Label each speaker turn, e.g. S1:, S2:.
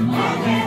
S1: Amen.